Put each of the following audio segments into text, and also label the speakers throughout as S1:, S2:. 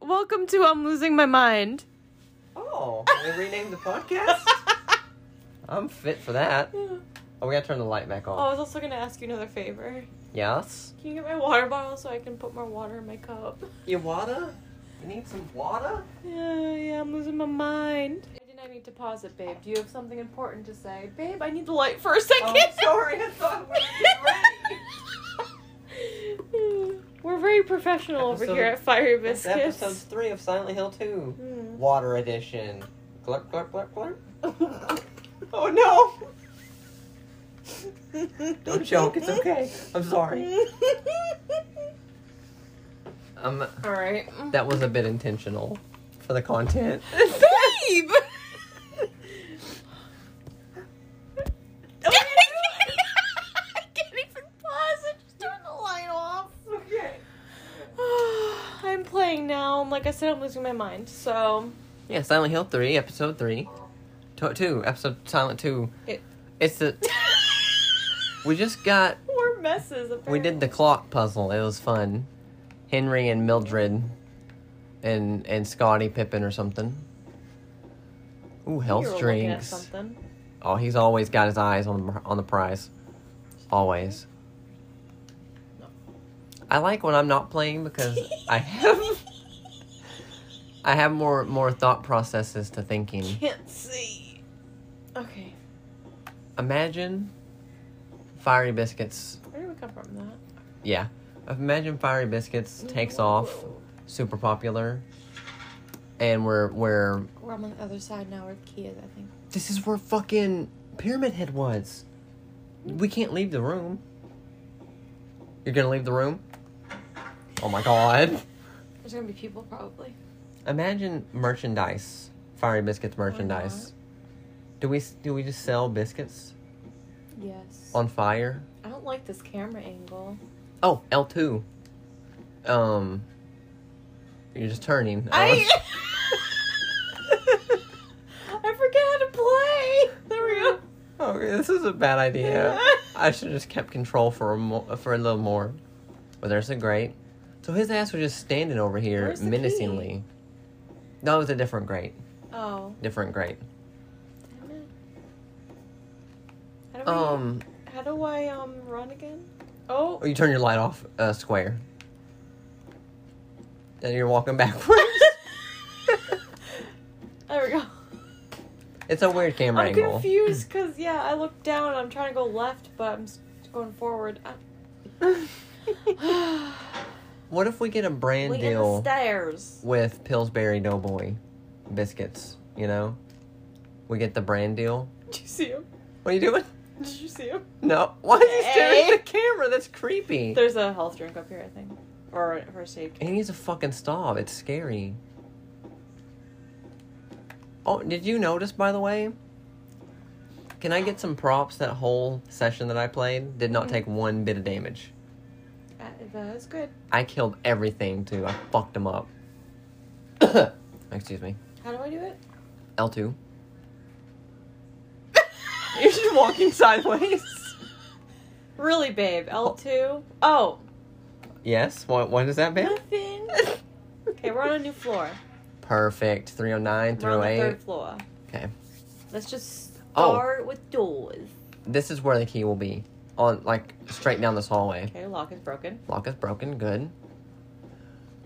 S1: welcome to I'm Losing My Mind.
S2: Oh, they renamed the podcast? I'm fit for that.
S1: Oh,
S2: Oh, we gotta turn the light back
S1: I
S2: on.
S1: was also gonna ask you another favor.
S2: Yes?
S1: Can you get my water bottle so I can put more water in my cup?
S2: You water? You need some water?
S1: Yeah, yeah, I'm losing my mind. I did not need to pause it, babe. Do you have something important to say? Babe, I need the light for a second.
S2: Oh, sorry, I thought we were getting ready.
S1: We're very professional over
S2: Episode-
S1: here at Fiery
S2: It's
S1: Biscuits.
S2: episode 3 of Silent Hill 2.
S1: Mm.
S2: Water edition. Glurp, glurp, glurp, glurp. oh no! Don't joke, it's okay. I'm sorry. Um,
S1: All right.
S2: that was a bit intentional for the content.
S1: Babe. I can't even pause it. Just turn the light off.
S2: Okay.
S1: I'm playing now. Like I said, I'm losing my mind. So
S2: Yeah, Silent Hill 3, episode 3. To- 2, episode Silent 2.
S1: It-
S2: It's the. We just got.
S1: we're messes. Apparently.
S2: We did the clock puzzle. It was fun. Henry and Mildred and and Scotty Pippen or something. Ooh,
S1: You were
S2: health
S1: looking at
S2: drinks.
S1: something.
S2: Oh, he's always got his eyes on the, on the prize. Always.
S1: No.
S2: I like when I'm not playing because I have I have more more thought processes to thinking.
S1: Can't see. Okay.
S2: Imagine fiery biscuits.
S1: Where did we come from? That
S2: Yeah. Imagine fiery biscuits takes off, super popular, and we're we're
S1: We're on the other side now. We're kids, I think.
S2: this is where fucking Pyramid Head was. We can't leave the room. You're gonna leave the room? Oh my god.
S1: There's gonna be people probably.
S2: Imagine merchandise, Fiery Biscuits merchandise. Do we do we just sell biscuits
S1: Yes.
S2: on fire?
S1: I don't like this camera angle.
S2: Oh, L two. Um, you're just turning.
S1: I. I forget how to play. There we go.
S2: oh, this is a bad idea. I should have just kept control for a mo- for a little more. But there's a grate. So his ass was just standing over here
S1: Where's the key?
S2: menacingly. No, it was a different grate.
S1: Oh.
S2: Different grate.
S1: Damn it. How do I?
S2: Um,
S1: How do I um run again? Oh.
S2: oh, you turn your light off. Uh, square. Then you're walking backwards.
S1: there we go.
S2: it's a weird camera
S1: I'm
S2: angle.
S1: confused because yeah, I look down. and I'm trying to go left, but I'm s- going forward. I...
S2: what if we get a brand
S1: Wait in the
S2: deal
S1: stairs.
S2: with Pillsbury Doughboy biscuits? You know, we get the brand deal.
S1: Did you see him?
S2: What are you doing?
S1: Did you see him?
S2: No. Why is he staring
S1: Hey.
S2: at the camera? That's creepy.
S1: There's a health drink up here, I think, or first aid.
S2: He needs to fucking stop. It's scary. Oh, did you notice, by the way? Can I get some props? That whole session that I played did not
S1: Mhm.
S2: take one bit of damage. Eh.
S1: Uh, that is good.
S2: I killed everything, too. I fucked them up. Excuse me.
S1: How do I do it?
S2: L2. You're just walking sideways.
S1: Really, babe. L two. Oh,
S2: Yes? What, what is that, man?
S1: nothing. Okay, we're on a new floor.
S2: Perfect. 309,
S1: We're on the
S2: 308.
S1: third floor.
S2: Okay.
S1: Let's just
S2: Oh.
S1: start with doors.
S2: This is where the key will be. On, like, straight down this hallway.
S1: Okay, lock is broken.
S2: Lock is broken. Good.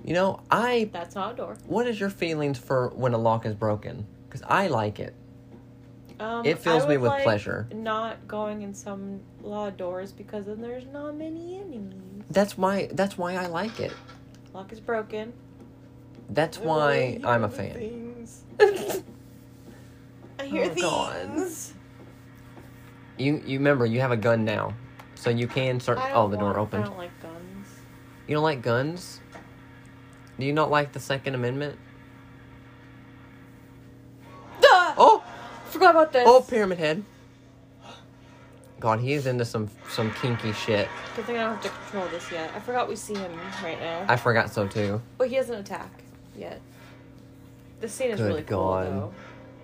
S2: You know, I.
S1: That's not a door.
S2: What is your feelings for when a lock is broken? Because I like it.
S1: Um,
S2: It fills
S1: I
S2: me
S1: would
S2: with
S1: like
S2: pleasure.
S1: Not going in some law doors because then there's not many enemies.
S2: That's why. That's why I like it.
S1: Lock is broken.
S2: That's why I'm a fan.
S1: I hear
S2: Oh, God.
S1: things.
S2: You you remember you have a gun now, so you can start.
S1: I don't
S2: Oh, the door
S1: want- I
S2: opened.
S1: don't like guns.
S2: You don't like guns. Do you not like the Second Amendment?
S1: Oh,
S2: Oh,
S1: forgot about this.
S2: oh, Pyramid Head. God, he is into some some kinky shit.
S1: Good thing I don't have to control this yet. I forgot we see him right now.
S2: I forgot so too.
S1: but he doesn't attack yet. This scene is
S2: Good
S1: really
S2: God.
S1: cool,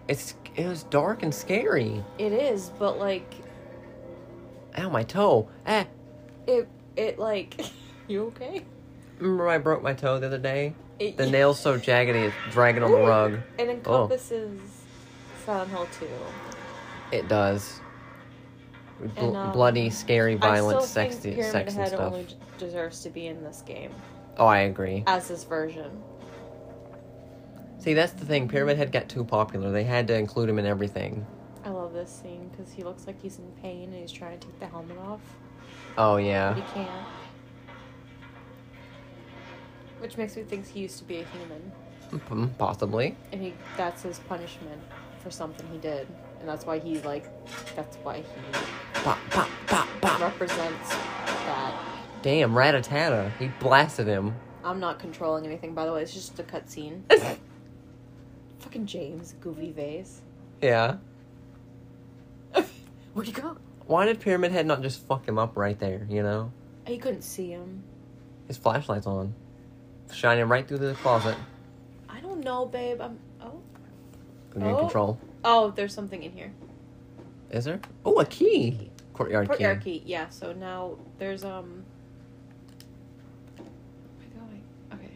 S2: It's it was dark and scary.
S1: though. It is, but like
S2: Ow, my toe. Eh.
S1: it, it like, you okay?
S2: Remember I broke my toe the other day?
S1: It,
S2: The nail's so jaggedy, it's dragging on the rug. Oh.
S1: It encompasses Silent Hill 2.
S2: It does. Bl-
S1: And, um,
S2: bloody,
S1: I
S2: scary, violent,
S1: still think
S2: sexy,
S1: Pyramid
S2: sex and
S1: Head
S2: stuff.
S1: only d- deserves to be in this game
S2: Oh, I agree.
S1: as this version.
S2: See, that's the thing. Pyramid Head got too popular. They had to include him in everything.
S1: I love this scene because he looks like he's in pain and he's trying to take the helmet off,
S2: Oh
S1: but he
S2: yeah.
S1: can't. Which makes me think he used to be a human,
S2: Mm, Possibly.
S1: and he—that's his punishment for something he did, and that's why he like, that's why he
S2: Pop, pop, pop, pop.
S1: represents that.
S2: Damn, Ratatata. He blasted him.
S1: I'm not controlling anything, by the way. It's just a cutscene. Fucking James, goofy vase.
S2: yeah.
S1: Where'd he go?
S2: Why did Pyramid Head not just fuck him up right there? You know,
S1: He couldn't see him.
S2: his flashlight's on, shining right through the closet.
S1: I don't know, babe. I'm. Oh.
S2: We're in
S1: Oh.
S2: control.
S1: Oh, there's something in here.
S2: Is there? Oh, a key. Courtyard,
S1: Courtyard
S2: key.
S1: key. Yeah. So now there's um. Where am I going? Okay.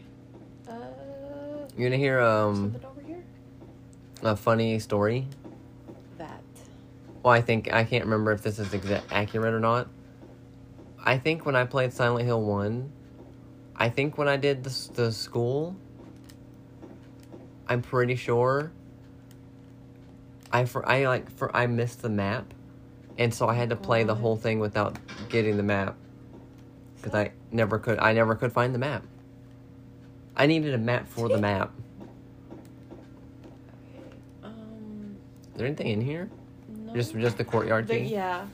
S1: Uh.
S2: You're gonna hear um
S1: something over here.
S2: a funny story.
S1: That.
S2: Well, I think I can't remember if this is exa- accurate or not. I think when I played Silent Hill One, I think when I did the s- the school, I'm pretty sure. I for I like for I missed the map, and so I had to play the
S1: God.
S2: whole thing without getting the map, because I never could I never could find the map. I needed a map for the map.
S1: Okay. Um.
S2: Is there anything in here?
S1: No.
S2: Just just the courtyard
S1: The-
S2: key.
S1: yeah.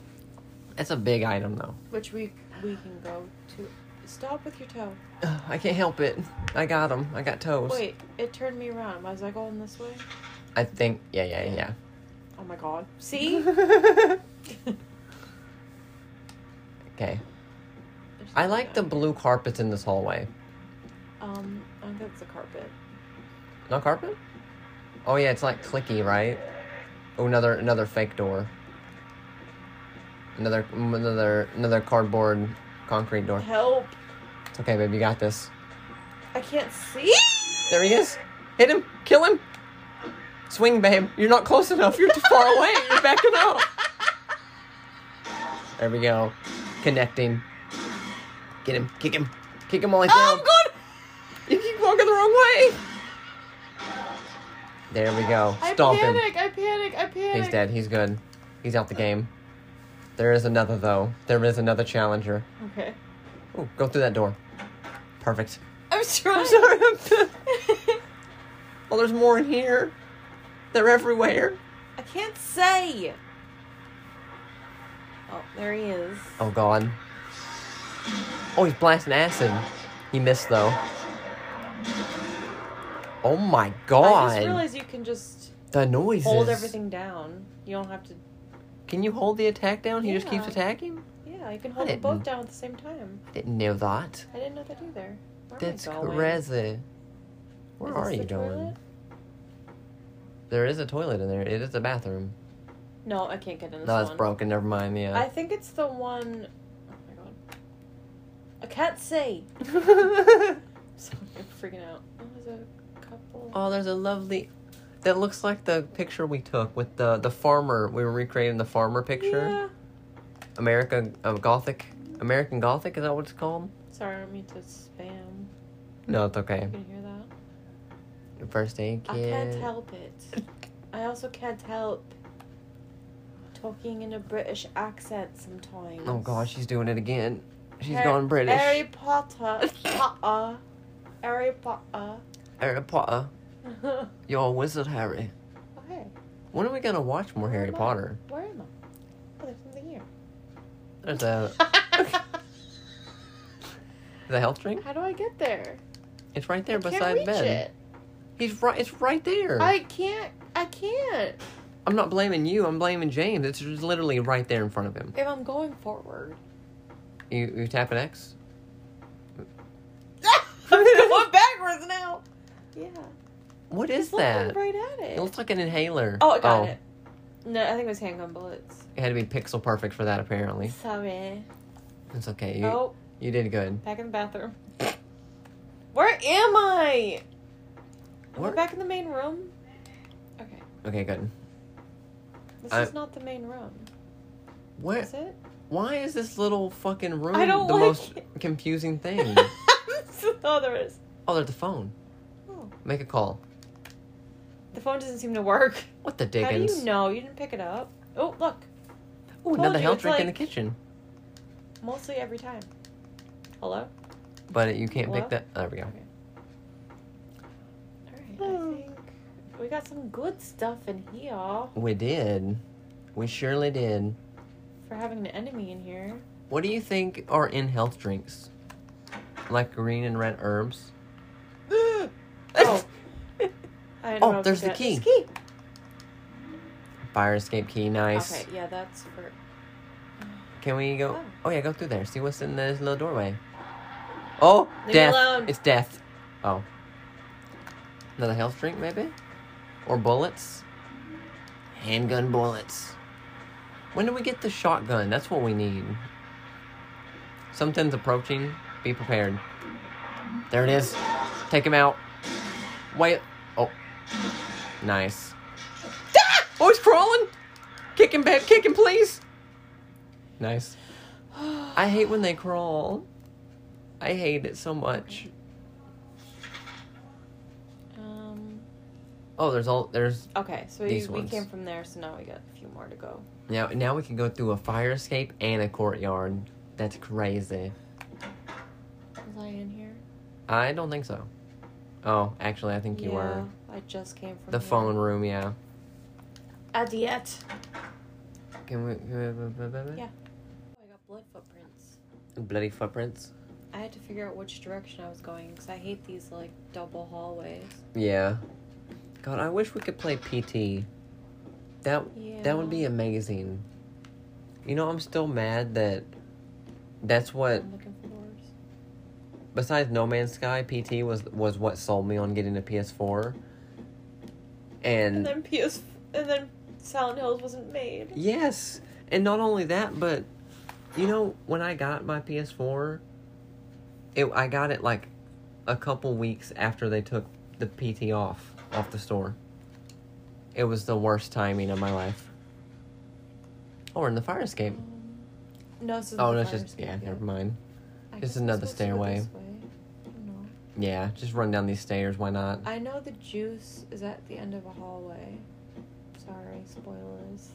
S2: That's a big item though.
S1: Which we we can go to. Stop with your toe.
S2: Ugh, I can't help it. I got them. I got toes.
S1: Wait, it turned me around. Was I going this way?
S2: I think. Yeah, yeah, yeah.
S1: Oh my god. See?
S2: Okay. I like the blue carpets in this hallway.
S1: Um, I think that's the carpet.
S2: No carpet? Oh yeah, it's like clicky, right? Oh, another another fake door. Another another another cardboard concrete door.
S1: Help!
S2: It's okay, babe. You got this.
S1: I can't see.
S2: There he is. Hit him. Kill him. Swing, babe. You're not close enough. You're too far away. You're backing up. There we go. Connecting. Get him. Kick him. Kick him while he's
S1: Oh,
S2: down.
S1: I'm good.
S2: You keep walking the wrong way. There we go.
S1: I
S2: Stomp him.
S1: panic. I panic. I panic.
S2: He's dead. He's good. He's out the game. There is another though. There is another challenger.
S1: Okay.
S2: Ooh, go through that door. Perfect.
S1: I'm trying.
S2: I'm sorry. oh, there's more in here. They're everywhere.
S1: I can't say. Oh, there he is.
S2: Oh god. Oh, he's blasting acid. He missed though. Oh my god.
S1: I just realized you can just
S2: the noises.
S1: hold everything down. You don't have to.
S2: Can you hold the attack down? He just keeps
S1: Yeah.
S2: attacking?
S1: Yeah, you can hold them both
S2: didn't-
S1: down at the same time.
S2: I didn't know that.
S1: I didn't know that either. Where
S2: That's
S1: am I going?
S2: crazy. Where
S1: Is
S2: are
S1: this
S2: you
S1: the
S2: going?
S1: toilet?
S2: There is a toilet in there. It is a bathroom.
S1: No, I can't get in this
S2: no,
S1: one.
S2: it's broken. Never mind.
S1: I
S2: Yeah.
S1: think it's the one oh my god. I can't see. Sorry, I'm freaking out. Oh, there's a couple.
S2: oh, there's a lovely. That looks like the picture we took with the the farmer. We were recreating the farmer picture.
S1: Yeah.
S2: America uh, Gothic. American Gothic. Is that what it's called?
S1: Sorry, I don't mean to spam.
S2: No, it's okay.
S1: You can hear that.
S2: Your first aid kit.
S1: I can't help it. I also can't help talking in a British accent sometimes.
S2: Oh god, she's doing it again. She's
S1: Har-
S2: gone British.
S1: Harry Potter. Potter. Harry Potter.
S2: Harry Potter.
S1: okay.
S2: You're a wizard, Harry. When are we gonna watch more
S1: Where
S2: Harry
S1: am I?
S2: Potter?
S1: Where am I? Oh, there's something here.
S2: There's a, the health drink.
S1: How do I get there?
S2: It's right there
S1: I can't
S2: beside
S1: reach
S2: Ben.
S1: it.
S2: He's right. It's right there.
S1: I can't. I can't.
S2: I'm not blaming you. I'm blaming James. It's just literally right there in front of him.
S1: If I'm going forward.
S2: You you tap an X.
S1: I'm going backwards now. Yeah.
S2: What is
S1: Look, I'm
S2: that?
S1: right at
S2: It
S1: it.
S2: looks like an inhaler.
S1: Oh, I got it. No, I think it was handgun bullets.
S2: It had to be pixel perfect for that. Apparently,
S1: Sorry.
S2: it's okay. You
S1: Oh,
S2: you did good.
S1: back in the bathroom. Where am I? We're
S2: Where-
S1: back in the main room. Okay,
S2: Okay, good.
S1: this
S2: I-
S1: is not the main room,
S2: What?
S1: is it?
S2: Why is this little fucking room
S1: I don't
S2: the
S1: like
S2: most
S1: it.
S2: confusing thing?
S1: oh, there is.
S2: oh, there's the phone.
S1: Oh,
S2: Make a call.
S1: the phone doesn't seem to work.
S2: What the
S1: How do
S2: dickens?
S1: you know? You didn't pick it up. Oh, look.
S2: Oh, another
S1: Told you,
S2: health
S1: it's
S2: drink in the
S1: like-
S2: kitchen.
S1: Mostly every time. Hello.
S2: But you can't
S1: Hello?
S2: pick that. oh, There we go.
S1: Okay. All right. I think we got some good stuff in here.
S2: We did. We surely did.
S1: For having an enemy in here.
S2: What do you think are in health drinks? Like green and red herbs?
S1: oh, I
S2: Oh,
S1: know if
S2: there's
S1: we
S2: the
S1: got-
S2: key.
S1: key.
S2: Fire escape key, nice.
S1: Okay, yeah, that's for.
S2: Can we go?
S1: Oh.
S2: Oh yeah, go through there. See what's in this little doorway. Oh,
S1: Leave me
S2: death!
S1: alone.
S2: It's death. Oh. Another health drink, maybe, or bullets. Handgun bullets. When do we get the shotgun? That's what we need. Something's approaching. Be prepared. There it is. Take him out. Wait. Oh. Nice. Ah! Oh, he's crawling. Kick him, babe. Kick him, please. Nice. I hate when they crawl. I hate it so much.
S1: Um.
S2: Oh, there's all there's
S1: Okay, so we,
S2: These
S1: we
S2: ones.
S1: came from there, so now we got a few more to go.
S2: now now we can go through a fire escape and a courtyard. That's crazy.
S1: Was I in here?
S2: I don't think so. Oh, actually, I think you were
S1: I just came from
S2: the
S1: here.
S2: phone room. Yeah.
S1: Adiet.
S2: Can we? can we-
S1: Yeah. Oh, I got blood footprints.
S2: Bloody footprints.
S1: I had to figure out which direction I was going because I hate these like double hallways.
S2: Yeah. God, I wish we could play PT. That
S1: Yeah.
S2: That would be amazing. You know, I'm still mad that that's what
S1: I'm looking for doors.
S2: besides No Man's Sky, PT was was what sold me on getting a PS4.
S1: And then
S2: And
S1: PS and then Silent Hills wasn't made.
S2: yes, and not only that, but you know, when I got my PS4, it I got it like a couple weeks after they took the PT off off the store. It was the worst timing of my life. Oh, we're in the fire escape.
S1: Um, no, this is
S2: Oh,
S1: the
S2: that's
S1: fire
S2: just
S1: escape,
S2: yeah.
S1: yeah.
S2: Never mind.
S1: I
S2: It's
S1: guess we're
S2: another
S1: supposed to go
S2: stairway.
S1: this way. I don't know.
S2: Yeah, just run down these stairs. Why not?
S1: I know the juice is at the end of a hallway. Sorry, spoilers.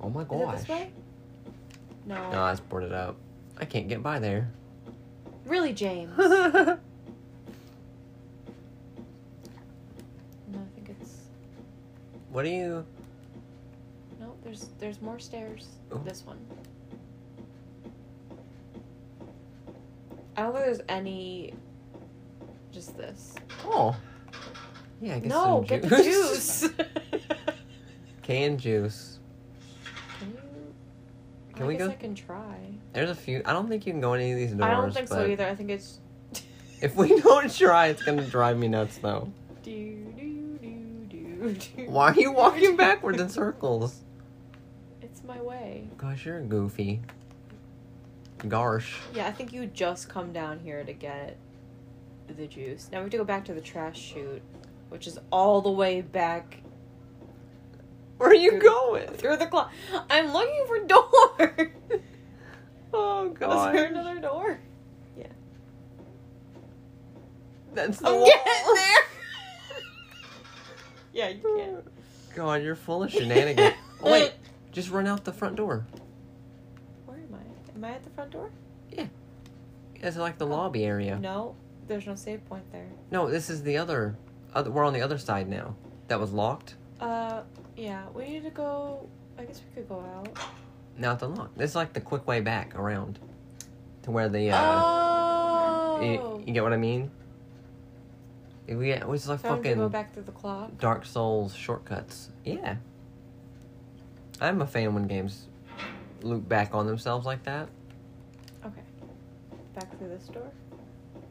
S2: Oh my
S1: Is it
S2: gosh!
S1: this way? No.
S2: No, it's boarded up. I can't get by there.
S1: Really, James? no,
S2: oh,
S1: I think it's.
S2: what do you?
S1: No, there's there's more stairs.
S2: Oh.
S1: This one. I don't think there's any. Just this.
S2: Oh, yeah. I guess
S1: No,
S2: some
S1: get the
S2: juice.
S1: juice.
S2: Canned juice.
S1: Can you?
S2: Can
S1: I
S2: we
S1: guess
S2: go-
S1: I can try.
S2: There's a few. I don't think you can go in any of these doors.
S1: I don't think so
S2: but
S1: either. I think it's.
S2: If we don't try, it's gonna drive me nuts, though.
S1: Do, do, do, do, do.
S2: Why are you walking backwards in circles?
S1: It's my way.
S2: Gosh, you're goofy. Garsh.
S1: Yeah, I think you just come down here to get the juice. Now we have to go back to the trash chute, which is all the way back
S2: Where are you
S1: Dude.
S2: going?
S1: through the clock. I'm looking for door.
S2: Oh
S1: Was there
S2: god.
S1: another door?
S2: That's the
S1: I'm
S2: wall.
S1: getting there. yeah, you can.
S2: God, you're full of shenanigans. oh, wait, just run out the front door.
S1: Where am I? Am I at the front door?
S2: It's like the lobby area.
S1: No, there's no save point there.
S2: No, this is the other. other we're on the other side now. That was locked.
S1: Uh, yeah, we need to go. I guess we could go out.
S2: Now it's unlocked. This is like the quick way back around to where the. Uh,
S1: Oh.
S2: you, you get what I mean? If We it was like
S1: Found to go
S2: fucking
S1: back through the clock.
S2: Dark Souls shortcuts. Yeah. I'm a fan when games loop back on themselves like that.
S1: Okay. Back through this door.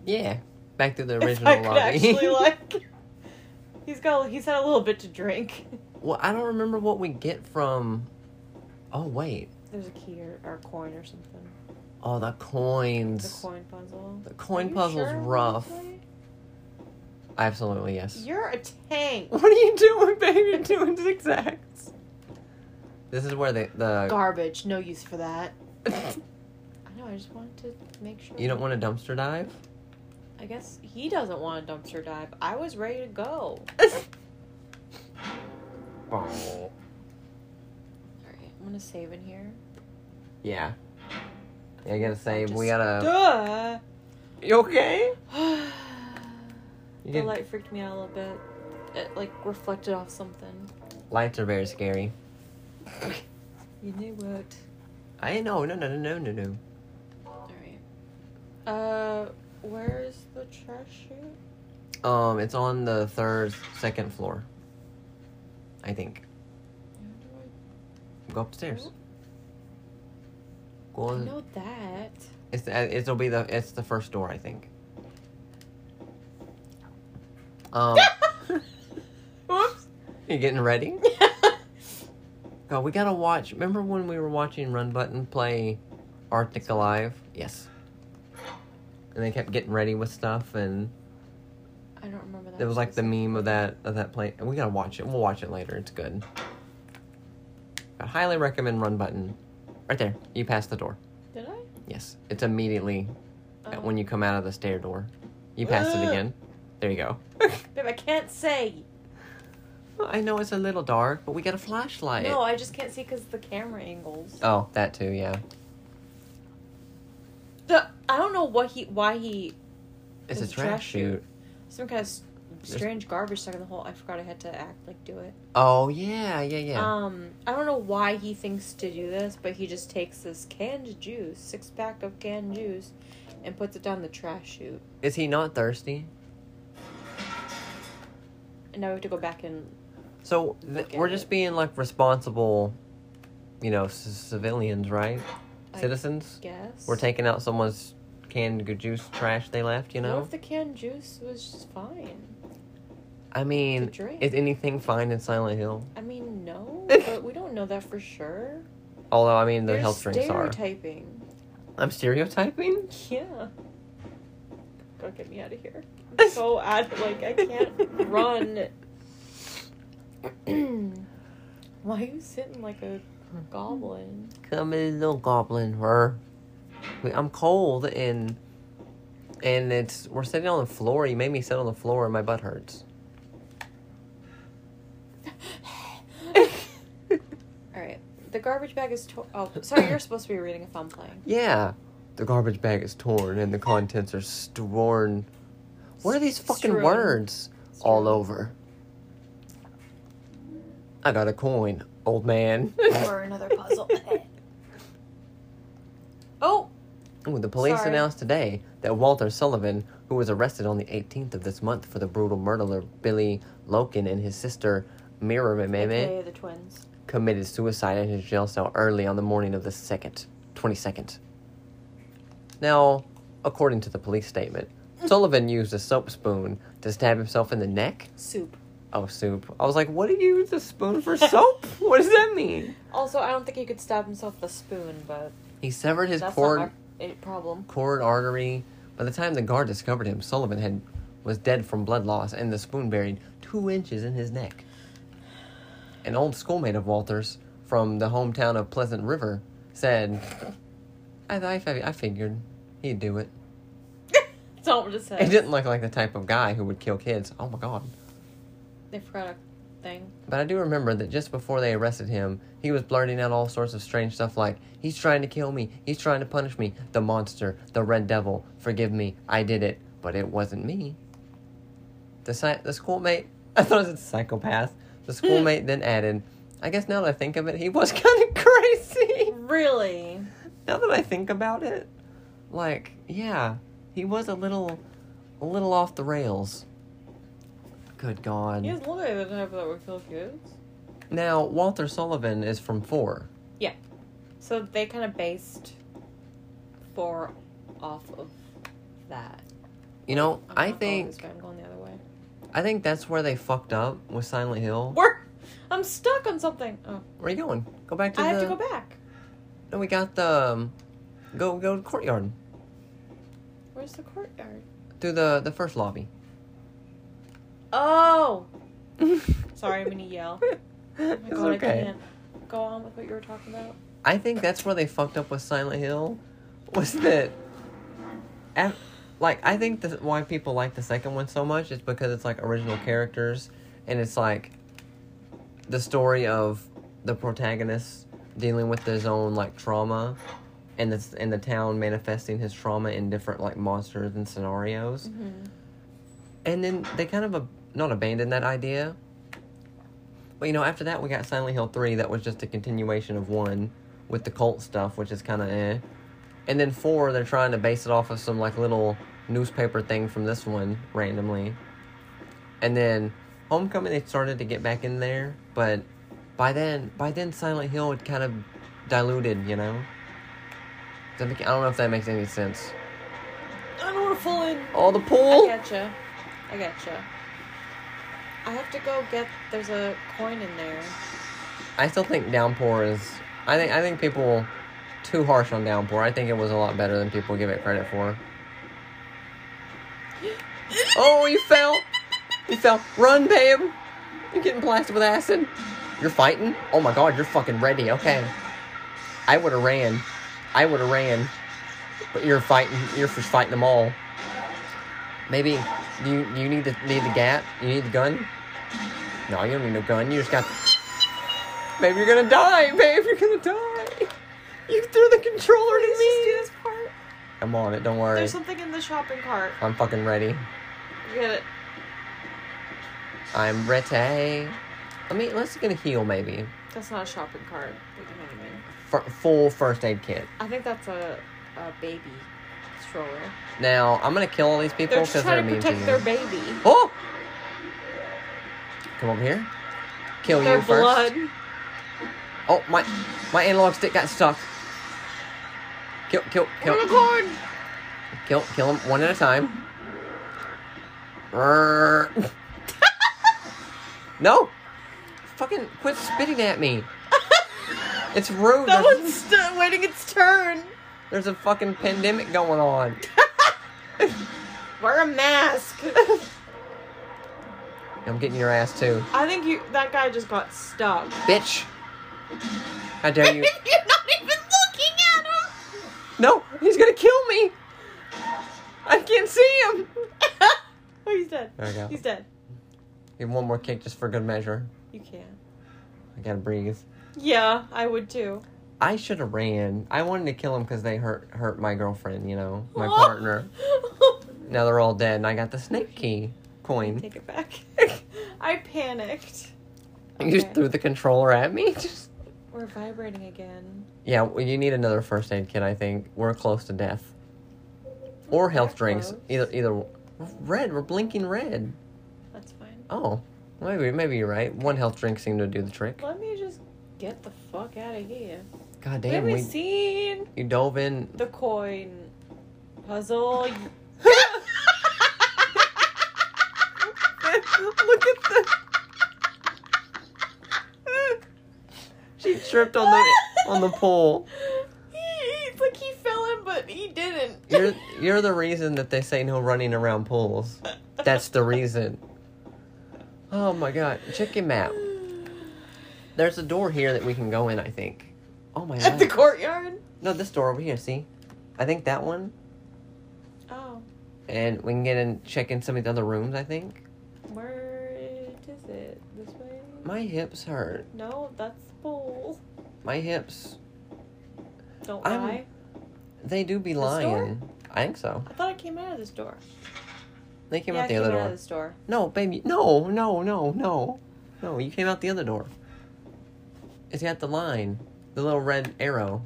S2: Yeah. Back to the
S1: If
S2: original
S1: I could
S2: lobby.
S1: actually like. He's got. He's had a little bit to drink.
S2: Well, I don't remember what we get from. Oh wait,
S1: There's a key or, or a coin or something.
S2: oh the
S1: The
S2: coins.
S1: coin puzzle.
S2: The
S1: Are
S2: coin
S1: you
S2: puzzle's
S1: sure I wanna
S2: rough.
S1: play?
S2: Absolutely, yes.
S1: You're a tank.
S2: What are you doing, babe? You're doing zigzags. This is where the. the
S1: Garbage. No use for that. I know. I just wanted to make sure.
S2: you don't want a dumpster dive?
S1: I guess he doesn't want a dumpster dive. I was ready to go.
S2: oh.
S1: All right, I'm gonna save in here.
S2: Yeah. Yeah, I gotta say,
S1: Just-
S2: we gotta.
S1: Duh.
S2: Uh, You okay? You
S1: the
S2: did-
S1: light freaked me out a little bit. It like reflected off something.
S2: Lights are very scary.
S1: You knew what.
S2: I know, no, no, no, no, no, no.
S1: All right. Uh, where's the trash chute?
S2: Um, it's on the third, second floor. I think. Go upstairs. Go.
S1: I
S2: on-
S1: know that.
S2: It's uh, it'll be the it's the first door I think. Um,
S1: Whoops.
S2: you getting ready? God, we gotta watch. Remember when we were watching Run Button play Arctic Alive? Yes. And they kept getting ready with stuff, and
S1: I don't remember that.
S2: it was like the meme of that of that play. We gotta watch it. We'll watch it later. It's good. I highly recommend Run Button. Right there, you pass the door.
S1: Did I?
S2: Yes, it's immediately
S1: Oh.
S2: when you come out of the stair door. You pass it
S1: Ugh.
S2: again. There you go.
S1: Babe, I can't say.
S2: I know it's a little dark, but we got a flashlight.
S1: No, I just can't see because the camera angles.
S2: Oh, that too. Yeah.
S1: The, I don't know what he, why he,
S2: It's, a trash, chute.
S1: some kind of s- strange garbage stuck in the hole. I forgot I had to act like do it.
S2: Oh yeah, yeah, yeah.
S1: Um, I don't know why he thinks to do this, but he just takes this canned juice, six pack of canned juice, and puts it down the trash chute.
S2: Is he not thirsty?
S1: And now we have to go back and
S2: So th-
S1: Look at
S2: we're just
S1: it.
S2: being like responsible, you know, c- civilians, right?
S1: I
S2: Citizens.
S1: guess.
S2: We're taking out someone's canned g- juice trash they left. You
S1: What
S2: know.
S1: if the canned juice was just fine?
S2: I
S1: To
S2: mean,
S1: drink.
S2: is anything fine in Silent Hill?
S1: I mean, no, but we don't know that for sure.
S2: Although I mean, the
S1: You're
S2: health drinks are.
S1: stereotyping.
S2: I'm stereotyping.
S1: Yeah. Go get me out of here. I'm so out. Like I can't run. Why are you sitting like a goblin?
S2: Come in, little goblin. Her. I'm cold and and it's we're sitting on the floor. You made me sit on the floor and my butt hurts.
S1: All right. The garbage bag is. To- oh, sorry. You're supposed to be reading if I'm playing.
S2: yeah. The garbage bag is torn and the contents are strewn. What are these fucking
S1: Strewn.
S2: words? All
S1: Strewn.
S2: over. I got a coin, old man.
S1: Or another puzzle. oh,
S2: Ooh, the police
S1: Sorry.
S2: announced today that Walter Sullivan, who was arrested on the 18th of this month for the brutal murder of Billy Loken and his sister Mira Meme,
S1: okay, the twins.
S2: committed suicide in his jail cell early on the morning of the 2nd, 22nd. Now, according to the police statement, Sullivan used a soap spoon to stab himself in the neck.
S1: Soup.
S2: Oh, soup. I was like, what do you use a spoon for soap? what does that mean?
S1: Also, I don't think he could stab himself with a spoon, but
S2: He severed his
S1: that's
S2: cord.
S1: not my eh, problem.
S2: cord artery. By the time the guard discovered him, Sullivan had was dead from blood loss and the spoon buried two inches in his neck. An old schoolmate of Walter's from the hometown of Pleasant River said, "I I, I figured he'd do it.
S1: That's all I'm gonna say.
S2: He didn't look like the type of guy who would kill kids. Oh my god."
S1: They forgot a thing.
S2: But I do remember that just before they arrested him, he was blurting out all sorts of strange stuff like, He's trying to kill me, he's trying to punish me, the monster, the red devil, forgive me, I did it, but it wasn't me. The, sci- the schoolmate, I thought it was a psychopath. The schoolmate then added, I guess now that I think of it, he was kind of crazy.
S1: Really?
S2: now that I think about it, like, yeah, he was a little, a little off the rails. Good God.
S1: He doesn't look like the type that would kill kids.
S2: Now, Walter Sullivan is from 4.
S1: So they kind of based four off of that.
S2: You know,
S1: Oh, I'm
S2: I
S1: not going this
S2: think
S1: way, I'm going the other way.
S2: I think that's where they fucked up with Silent Hill.
S1: We're, I'm stuck on something. Oh,
S2: Where are you going? Go back to
S1: I
S2: the.
S1: have to go back.
S2: No, we got the. Um, go go to the courtyard
S1: Where's the courtyard?
S2: through the the first lobby.
S1: Oh! Sorry, I'm gonna yell. Oh my
S2: it's
S1: god, I
S2: okay.
S1: can't. Go on with what you were talking about.
S2: I think that's where they fucked up with Silent Hill, was that, af- like, I think that's why people like the second one so much is because it's like original characters, and it's like the story of the protagonist dealing with his own like trauma, and this and the town manifesting his trauma in different like monsters and scenarios,
S1: Mm-hmm.
S2: and then they kind of ab- not abandoned that idea. But you know, after that we got Silent Hill three, that was just a continuation of one with the cult stuff, which is kind of eh. And then four, they're trying to base it off of some like little newspaper thing from this one randomly. And then Homecoming, they started to get back in there, but by then, by then Silent Hill had kind of diluted, you know. Does that make- I don't know if that makes any sense.
S1: I don't wanna fall in.
S2: Oh, the
S1: I
S2: pool.
S1: getcha. I getcha. I have to go get. There's a coin in there.
S2: I still think Downpour is. I think I think people were too harsh on Downpour. I think it was a lot better than people give it credit for. Oh, you fell! You fell! Run, babe! You're getting blasted with acid. You're fighting? Oh my god, you're fucking ready. Okay. I would have ran. I would have ran. But you're fighting. You're just fighting them all. Maybe do you do you need the need the gat? You need the gun? No, you don't need no gun. You just got. Babe, you're gonna die. Babe, you're gonna die. You threw the controller to me.
S1: this part.
S2: I'm on it. Don't worry.
S1: There's something in the shopping cart.
S2: I'm fucking ready.
S1: Get it.
S2: I'm ready. I mean, let's get a heal maybe.
S1: That's not a shopping cart. What do you know what I mean?
S2: F- full first aid kit.
S1: I think that's a, a baby stroller.
S2: Now I'm gonna kill all these people
S1: They're
S2: because
S1: just
S2: they're,
S1: trying to
S2: mean to
S1: protect
S2: you.
S1: their baby.
S2: Oh! Come over here. Kill
S1: their
S2: you first.
S1: blood.
S2: Oh my, my analog stick got stuck. Kill, kill, kill,
S1: We're recording.
S2: kill, kill them one at a time. Rrrr. no, fucking quit spitting at me. It's rude.
S1: That
S2: There's,
S1: one's st- waiting its turn.
S2: there's a fucking pandemic going on.
S1: Wear a mask.
S2: I'm getting your ass too,
S1: I think you. That guy just got stuck.
S2: bitch. How dare you?
S1: You're not even looking at him.
S2: No, he's gonna kill me. I can't see him.
S1: oh, he's dead.
S2: There we go.
S1: He's dead.
S2: Give him one more kick just for good measure.
S1: You can.
S2: I gotta breathe.
S1: Yeah, I would too.
S2: I should have ran. I wanted to kill him because they hurt hurt my girlfriend. You know, my
S1: Oh.
S2: partner. Now they're all dead, and I got the snake key coin.
S1: Take it back. I panicked.
S2: You just
S1: Okay.
S2: threw the controller at me. Just
S1: We're vibrating again.
S2: yeah. Well, you need another first aid kit. I think we're close to death. Or health
S1: We're
S2: drinks.
S1: close.
S2: Either either. Red. We're blinking red.
S1: That's fine.
S2: Oh, maybe maybe you're right. One health drink seemed to do the trick.
S1: Let me just get the fuck out of here.
S2: God
S1: Have
S2: damn,
S1: we
S2: we
S1: seen
S2: you dove in.
S1: the coin puzzle?
S2: Look at the. She tripped on the on the pole.
S1: He- It's like he fell in, but he didn't.
S2: You're you're the reason that they say no running around pools. That's the reason. Oh my god, check him out. There's a door here that we can go in. I think. Oh my
S1: At the
S2: god.
S1: courtyard.
S2: No, this door over here. See, I think that one,
S1: Oh,
S2: and we can get in check in some of the other rooms. I think.
S1: where is it? This way?
S2: My hips hurt.
S1: No, that's the pool.
S2: My hips.
S1: Don't
S2: I'm-
S1: lie.
S2: They do be
S1: This door?
S2: lying. I think so.
S1: I thought I came out of this door.
S2: They came
S1: yeah,
S2: out the
S1: I
S2: other
S1: came
S2: door.
S1: out of this door.
S2: No, baby. No, no, no, no. No, you came out the other door. It's got the line. The little red arrow.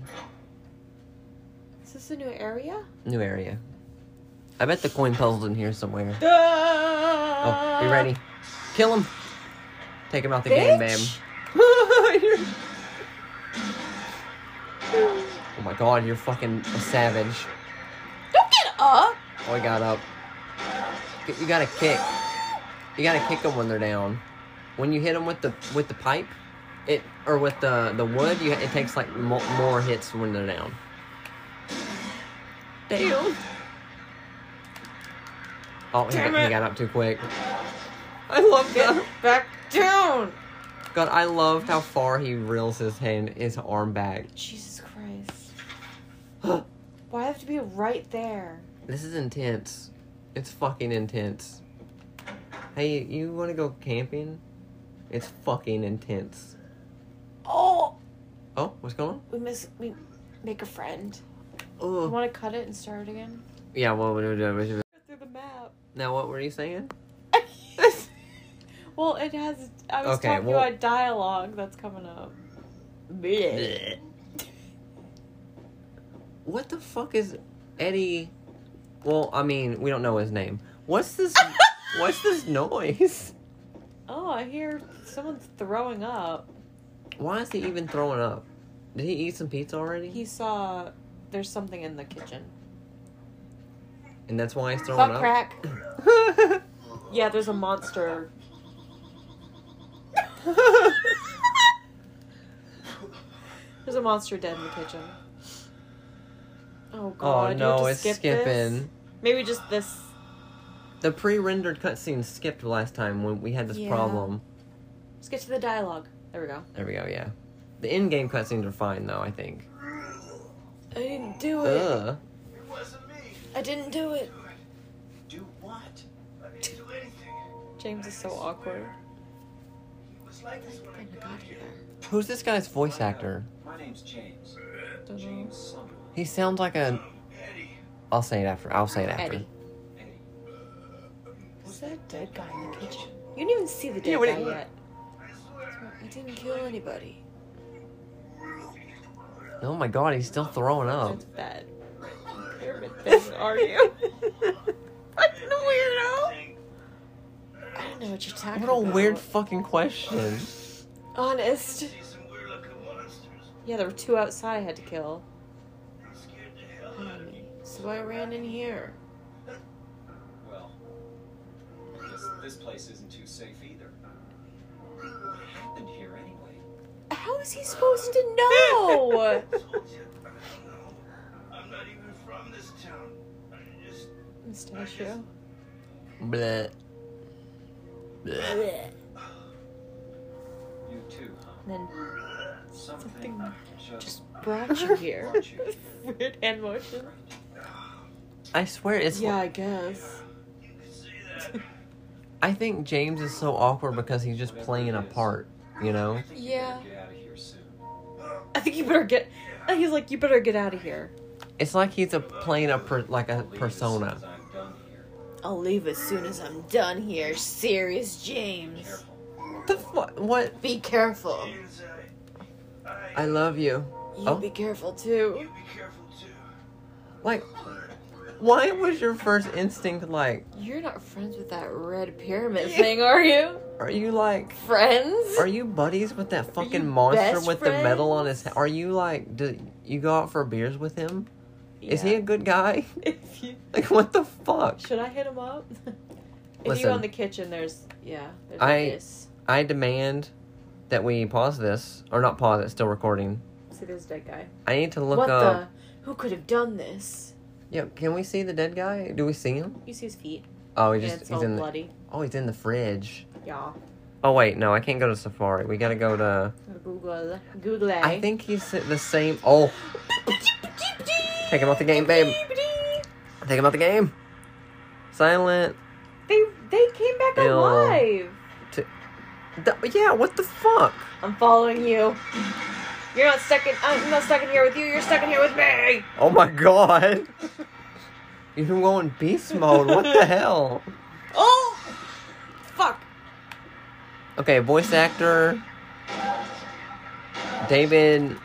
S1: Is this a new area?
S2: New area. I bet the coin puzzle's in here somewhere. Oh,
S1: Oh,
S2: be ready. Kill him. Take him out the game, babe. You're- oh my god, you're fucking a savage.
S1: Don't get up.
S2: Oh, he got up. You- You gotta kick. You gotta kick them when they're down. When you hit them with the with the pipe, it or with the the wood, you, it takes like mo- more hits when they're down. Damn. Oh, he,
S1: Damn
S2: got, he
S1: it.
S2: Oh, got up too quick. I love that.
S1: Get back down!
S2: God, I loved how far he reels his hand, his arm back.
S1: Jesus Christ. Why have to be right there?
S2: This is intense. It's fucking intense. Hey, you want to go camping? It's fucking intense.
S1: Oh!
S2: Oh, what's going on?
S1: We miss. We make a friend. You
S2: Oh,
S1: want to cut it and start it again?
S2: yeah. What would it
S1: Through the map.
S2: Now, what were you saying?
S1: well, it has. I was
S2: Okay,
S1: talking
S2: well-
S1: about dialogue that's coming up.
S2: What the fuck is Eddie? Well, I mean, we don't know his name. What's this? what's this noise?
S1: Oh, I hear someone's throwing up.
S2: Why is he even throwing up? Did he eat some pizza already?
S1: He saw there's something in the kitchen.
S2: and that's why he's
S1: Butt
S2: throwing up.
S1: crack. Yeah, there's a monster. There's a monster dead in the kitchen. Oh god.
S2: oh
S1: you
S2: no,
S1: have
S2: it's
S1: to skip
S2: skipping.
S1: this? Maybe just this.
S2: The pre-rendered cutscene skipped last time when we had this
S1: Yeah.
S2: problem.
S1: Let's get to the dialogue. There we go.
S2: There we go. Yeah, the in-game cutscenes are fine though. I think.
S1: I didn't do it.
S2: Ugh.
S3: It wasn't me.
S1: I didn't do it.
S3: Do what? I didn't do anything.
S1: James is so awkward.
S3: It was like this when I got here.
S2: Who's this guy's voice actor?
S3: My name's James.
S1: Dunno.
S3: James Summer.
S2: He sounds like a.
S3: Eddie.
S2: I'll say it after. I'll say it after.
S1: Eddie.
S3: Eddie.
S1: Is that a dead guy in the kitchen? You didn't even see the dead
S2: Yeah, what
S1: guy
S2: it-
S1: yet.
S3: I swear.
S1: I didn't kill anybody.
S2: Oh my god, he's still throwing up.
S1: That's bad. Pyramid thing, are you? Fucking weirdo. I don't know what you're talking
S2: What a
S1: about.
S2: weird fucking question.
S1: Honest.
S3: See some weird looking monsters.
S1: Yeah, there were two outside I had to kill.
S3: I'm scared the hell out of you.
S1: So I ran in here.
S3: Well, I guess this place isn't too safe either. What happened here anyway?
S1: How is he supposed to know?
S3: Told you. I don't know. I'm not even from this town. I just.
S1: Mustachio.
S2: Bleh. Bleh.
S1: Blech.
S3: You too, huh?
S1: And then
S3: Something just
S1: brought you here.
S3: brought you.
S1: weird hand motion.
S2: I swear it's.
S1: Yeah,
S2: Yeah.
S1: I guess.
S3: You could say that.
S2: I think James is so awkward because he's just playing a part, you know?
S3: I think you
S1: Yeah.
S3: better Get out of here soon.
S1: I think you better get. uh, He's like, you better get out of here.
S2: It's like he's a playing a per, like a
S3: I'll leave as soon
S2: persona.
S3: as I'm done here.
S1: I'll leave as soon as I'm done here. Serious James.
S3: Careful.
S2: What the fuck? What?
S1: Be careful.
S2: I love you.
S1: You
S2: Oh.
S1: be careful too.
S3: be careful too.
S2: Like, why was your first instinct like,
S1: You're not friends with that red pyramid thing, are you?
S2: are you like.
S1: Friends?
S2: Are you buddies with that
S1: you
S2: fucking monster
S1: best
S2: with the medal on his head? Are you like, do you go out for beers with him? Is he a good guy?
S1: If you
S2: Like, what the fuck?
S1: should I hit him up? if you
S2: Listen.
S1: go in the kitchen, there's yeah. There's
S2: I-
S1: this.
S2: I demand that we pause this, or not pause it, still recording.
S1: See, there's a dead guy.
S2: I need to look uh,
S1: what
S2: up.
S1: the? Who could have done this?
S2: Yeah, can we see the dead guy? Do we see him?
S1: You see his feet?
S2: Oh, he
S1: Yeah,
S2: just
S1: it's
S2: he's
S1: all
S2: in. The,
S1: bloody.
S2: oh, he's in the fridge.
S1: Yeah.
S2: Oh wait, no, I can't go to Safari. We gotta go to.
S1: Google. Google. it.
S2: I think he's the same. Oh, Take him off the game, babe. take him out the game. Silent.
S1: They they came back
S2: Ew.
S1: alive.
S2: Th- yeah, what the fuck?
S1: I'm following you. You're not stuck in. I'm not stuck in here with you. You're stuck in here with me.
S2: Oh my god. You're going beast mode. What the hell?
S1: Oh, fuck.
S2: Okay, voice actor David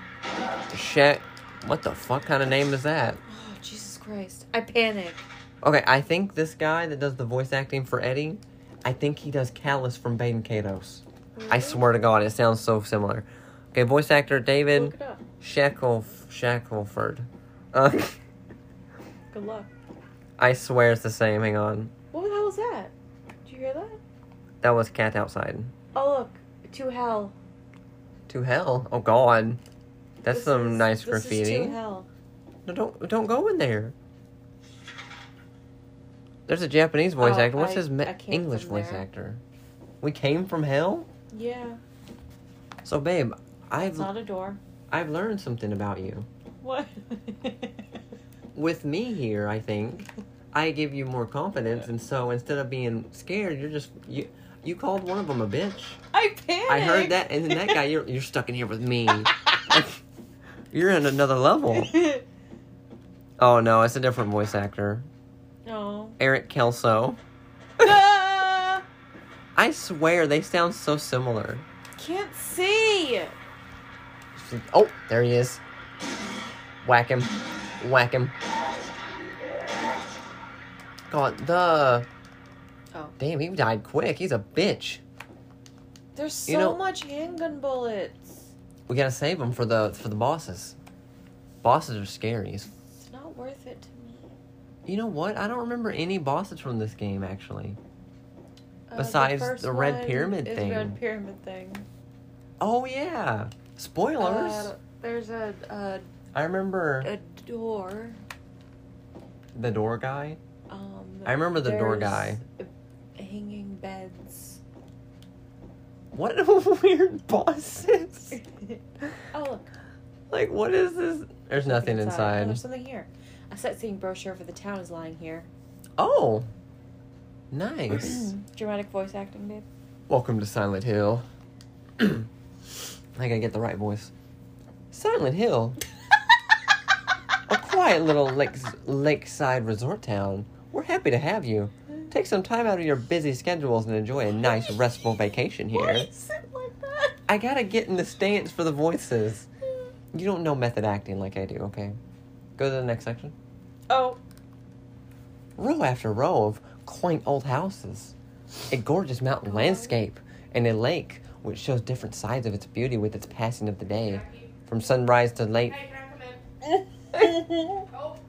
S2: Shek. What the fuck kind of name is that?
S1: Oh, Jesus Christ. I panic.
S2: Okay, I think this guy that does the voice acting for Eddie, I think he does Callus from Baden Kados. I swear to God, it sounds so similar. Okay, voice actor
S1: Look
S2: David
S1: it up.
S2: Shackle Shackleford. Uh,
S1: Good luck.
S2: I swear it's the same. Hang on,
S1: What the hell was that? Did you hear that?
S2: that was cat outside.
S1: Oh look, to hell.
S2: To hell! Oh God, that's
S1: This
S2: some
S1: is-
S2: nice
S1: this is
S2: graffiti.
S1: to hell.
S2: No, don't don't go in there. There's a Japanese voice
S1: Oh,
S2: actor. What's
S1: I-
S2: his me-
S1: Oh, I can't
S2: English
S1: from
S2: voice
S1: there.
S2: actor? We came from hell?
S1: Yeah.
S2: So, babe,
S1: It's
S2: I've
S1: not a door.
S2: I've learned something about you.
S1: What?
S2: With me here, I think I give you more confidence, and so instead of being scared, you're just you. You called one of them a bitch.
S1: I panicked.
S2: I heard that, and then that guy, you're you're stuck in here with me. you're in another level. Oh no, it's a different voice actor,
S1: no.
S2: Eric Kelso.
S1: Ah!
S2: I swear they sound so similar.
S1: Can't see.
S2: Oh, there he is. Whack him. Whack him. God, the.
S1: Oh.
S2: Damn, he died quick. He's a bitch.
S1: There's so
S2: You know-
S1: much handgun bullets.
S2: We gotta save him for the for the bosses. Bosses are scary. as-
S1: It's not worth it to me.
S2: You know what? I don't remember any bosses from this game actually.
S1: Uh,
S2: Besides
S1: first
S2: the Red
S1: one
S2: Pyramid
S1: is
S2: thing.
S1: Red pyramid thing.
S2: Oh yeah, spoilers.
S1: Uh, there's a, a
S2: I remember
S1: a door.
S2: the door guy.
S1: Um,
S2: I remember the door
S1: there's Hanging beds.
S2: What a weird bosses.
S1: oh look,
S2: like what is this? There's nothing
S1: Oh,
S2: inside.
S1: there's something here. A sightseeing brochure for the town is lying here.
S2: Oh, nice.
S1: Dramatic voice acting, babe.
S2: Welcome to Silent Hill. I gotta get the right voice. Silent Hill, a quiet little lake, lakeside resort town. We're happy to have you. Take some time out of your busy schedules and enjoy a nice, restful vacation here.
S1: like that?
S2: I gotta get in the stance for the voices. You don't know method acting like I do, okay? Go to the next section.
S1: Oh,
S2: row after row of quaint old houses, a gorgeous mountain landscape, and a lake which shows different sides of its beauty with its passing of the day, from sunrise to late.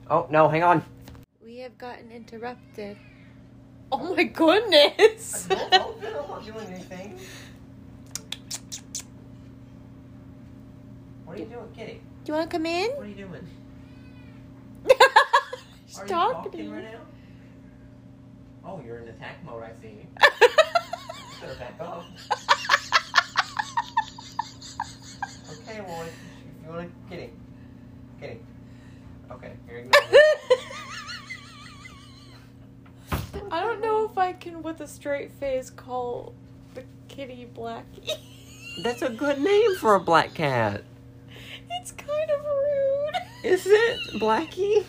S2: Oh no, hang on.
S1: we have gotten interrupted. Oh my goodness!
S2: What are you doing, Kitty?
S1: you want to come in?
S2: are you doing?
S1: She's talking to you.
S2: now? Oh, you're in attack mode. I see. Better back off. Okay, well, if you want to, Kitty, Kitty. Okay, you're ignored.
S1: I don't know if I can, with a straight face, call the kitty Blackie.
S2: That's a good name for a black cat.
S1: It's kind of rude.
S2: Is it Blackie?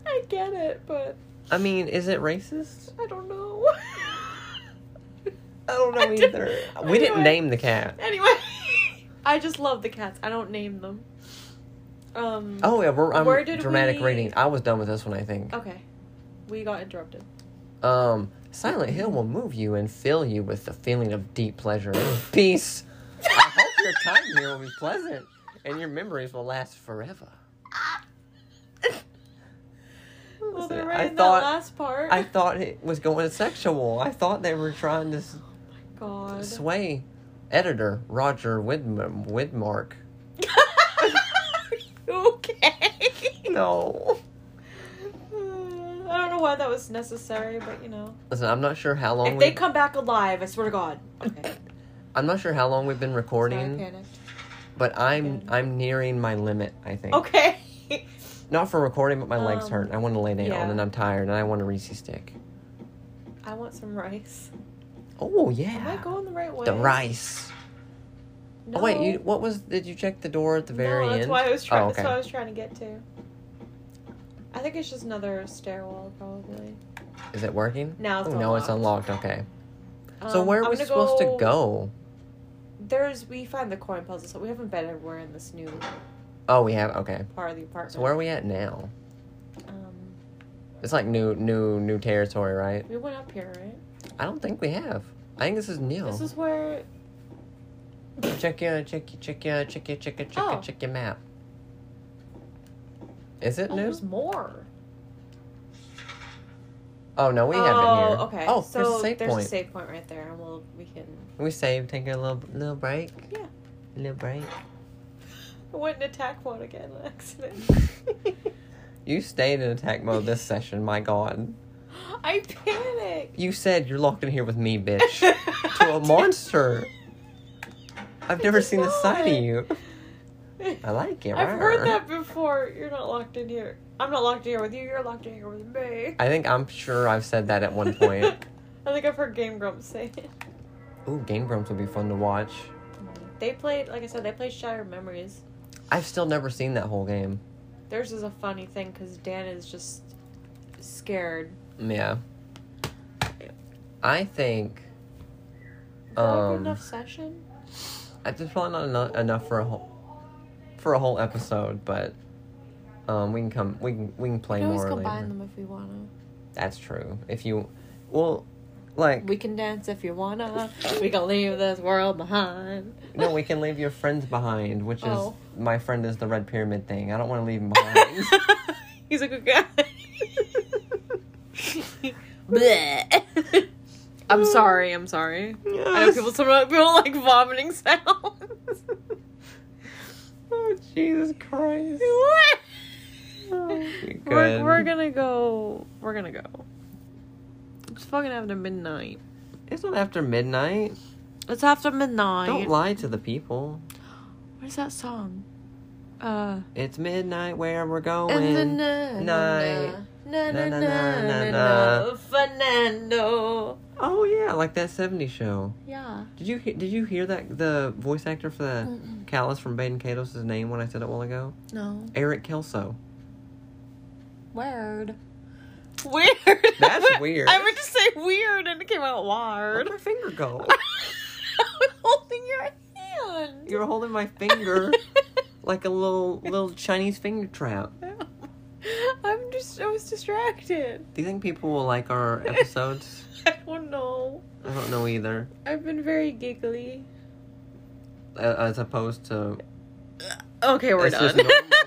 S1: I get it, but
S2: I mean, is it racist?
S1: I don't know.
S2: I don't know
S1: I did-
S2: either. We didn't
S1: Anyway.
S2: name the cat.
S1: anyway, I just love the cats. I don't name them. Um.
S2: Oh yeah, we're I'm
S1: Where did
S2: dramatic
S1: we-
S2: rating. I was done with this one, I think.
S1: Okay. We got interrupted.
S2: Um, Silent Hill will move you and fill you with the feeling of deep pleasure and peace. I hope your time here will be pleasant and your memories will last forever.
S1: Well,
S2: Listen,
S1: they're
S2: I
S1: right in
S2: thought-
S1: that last part.
S2: I thought it was going sexual. I thought they were trying to s-
S1: God.
S2: sway editor Roger Widm- Widmark.
S1: okay.
S2: No.
S1: Uh, I don't know why that was necessary, but you know.
S2: Listen, I'm not sure how long
S1: If they
S2: we-
S1: come back alive, I swear to God. Okay.
S2: I'm not sure how long we've been
S1: Sorry, I
S2: recording,
S1: panicked.
S2: but I'm
S1: panic.
S2: I'm nearing my limit. I think.
S1: Okay.
S2: Not for recording, but my legs
S1: Um,
S2: hurt. and I want to lay down,
S1: yeah.
S2: and I'm tired, and I want a Reese's stick.
S1: I want some rice.
S2: Oh
S1: Am I
S2: yeah.
S1: going the right way?
S2: the rice.
S1: No.
S2: Oh wait, you what was? Did you check the door at the very
S1: no,
S2: end?
S1: that's Why I was trying,
S2: Oh,
S1: That's
S2: okay.
S1: what I was trying to get to. I think it's just another stairwell, probably.
S2: Is it working?
S1: No, it's
S2: oh, no, it's unlocked. Okay. so
S1: Um,
S2: where are
S1: I'm
S2: we
S1: gonna
S2: supposed to go?
S1: There's we find the coin puzzle, so we haven't been everywhere in this new
S2: Oh, we have. Okay.
S1: part of the apartment.
S2: So where are we at now?
S1: um,
S2: It's like new, new, new territory, right?
S1: we went up here, right?
S2: I don't think we have. I think this is new.
S1: This is where.
S2: Check your check your check your check your check your check
S1: Oh.
S2: your check your map. Is it
S1: Oh,
S2: new?
S1: there's more.
S2: Oh no, we
S1: oh,
S2: haven't here.
S1: okay.
S2: Oh,
S1: so
S2: there's a save
S1: there's
S2: point.
S1: a save point right there, and we'll we can.
S2: We saved. Take a little little break.
S1: Yeah.
S2: Little break.
S1: I went and attack one again, on accident.
S2: you stayed in attack mode this session. My God.
S1: I panic.
S2: You said you're locked in here with me, bitch. to a monster. I've never seen the side of you. I like it.
S1: I've
S2: rawr.
S1: heard that before. You're not locked in here. I'm not locked in here with you. You're locked in here with me.
S2: I think I'm sure I've said that at one point.
S1: I think I've heard Game Grumps say it.
S2: Ooh, Game Grumps would be fun to watch.
S1: They played, like I said, they played Shattered Memories.
S2: I've still never seen that whole game.
S1: Theirs is a funny thing because Dan is just scared.
S2: Yeah. I think
S1: Is that a good
S2: Um,
S1: enough session?
S2: I- there's probably not enough, enough for a whole for a whole episode, but um, we can come we can we can
S1: We
S2: play
S1: can always
S2: more
S1: combine
S2: later.
S1: them if we wanna.
S2: That's true. If you, well, like
S1: We can dance if you wanna. We can leave this world behind.
S2: no, we can leave your friends behind, which
S1: Oh.
S2: is my friend is the red pyramid thing. I don't want to leave him behind.
S1: He's a good guy. Bleh. I'm sorry. I'm sorry. I know people. Some people like vomiting sounds.
S2: Oh Jesus Christ!
S1: what?
S2: You're
S1: We're,
S2: good.
S1: we're gonna go. We're gonna go. It's fucking after midnight.
S2: It's not after midnight.
S1: It's after midnight.
S2: Don't lie to the people.
S1: What is that song? Uh.
S2: It's midnight where we're
S1: And the
S2: going.
S1: na-
S2: night.
S1: na- na-
S2: Na-
S1: na-
S2: na- na-
S1: na-
S2: na-
S1: na- Fernando.
S2: Oh yeah, like that '70s show.
S1: Yeah.
S2: Did you he- did you hear that the voice actor for the Callus from Baden Kato's name when I said it a while ago?
S1: No.
S2: Eric Kelso.
S1: Weird. Weird.
S2: That's weird.
S1: I meant to say weird and it came out
S2: Where'd
S1: wired.
S2: my finger go?
S1: I was holding your hand.
S2: You're holding my finger like a little little Chinese finger trap.
S1: I'm just, I was distracted.
S2: Do you think people will like our episodes?
S1: I don't know.
S2: I don't know either.
S1: I've been very giggly.
S2: A- As opposed to
S1: Okay, we're
S2: That's just
S1: done.
S2: normal.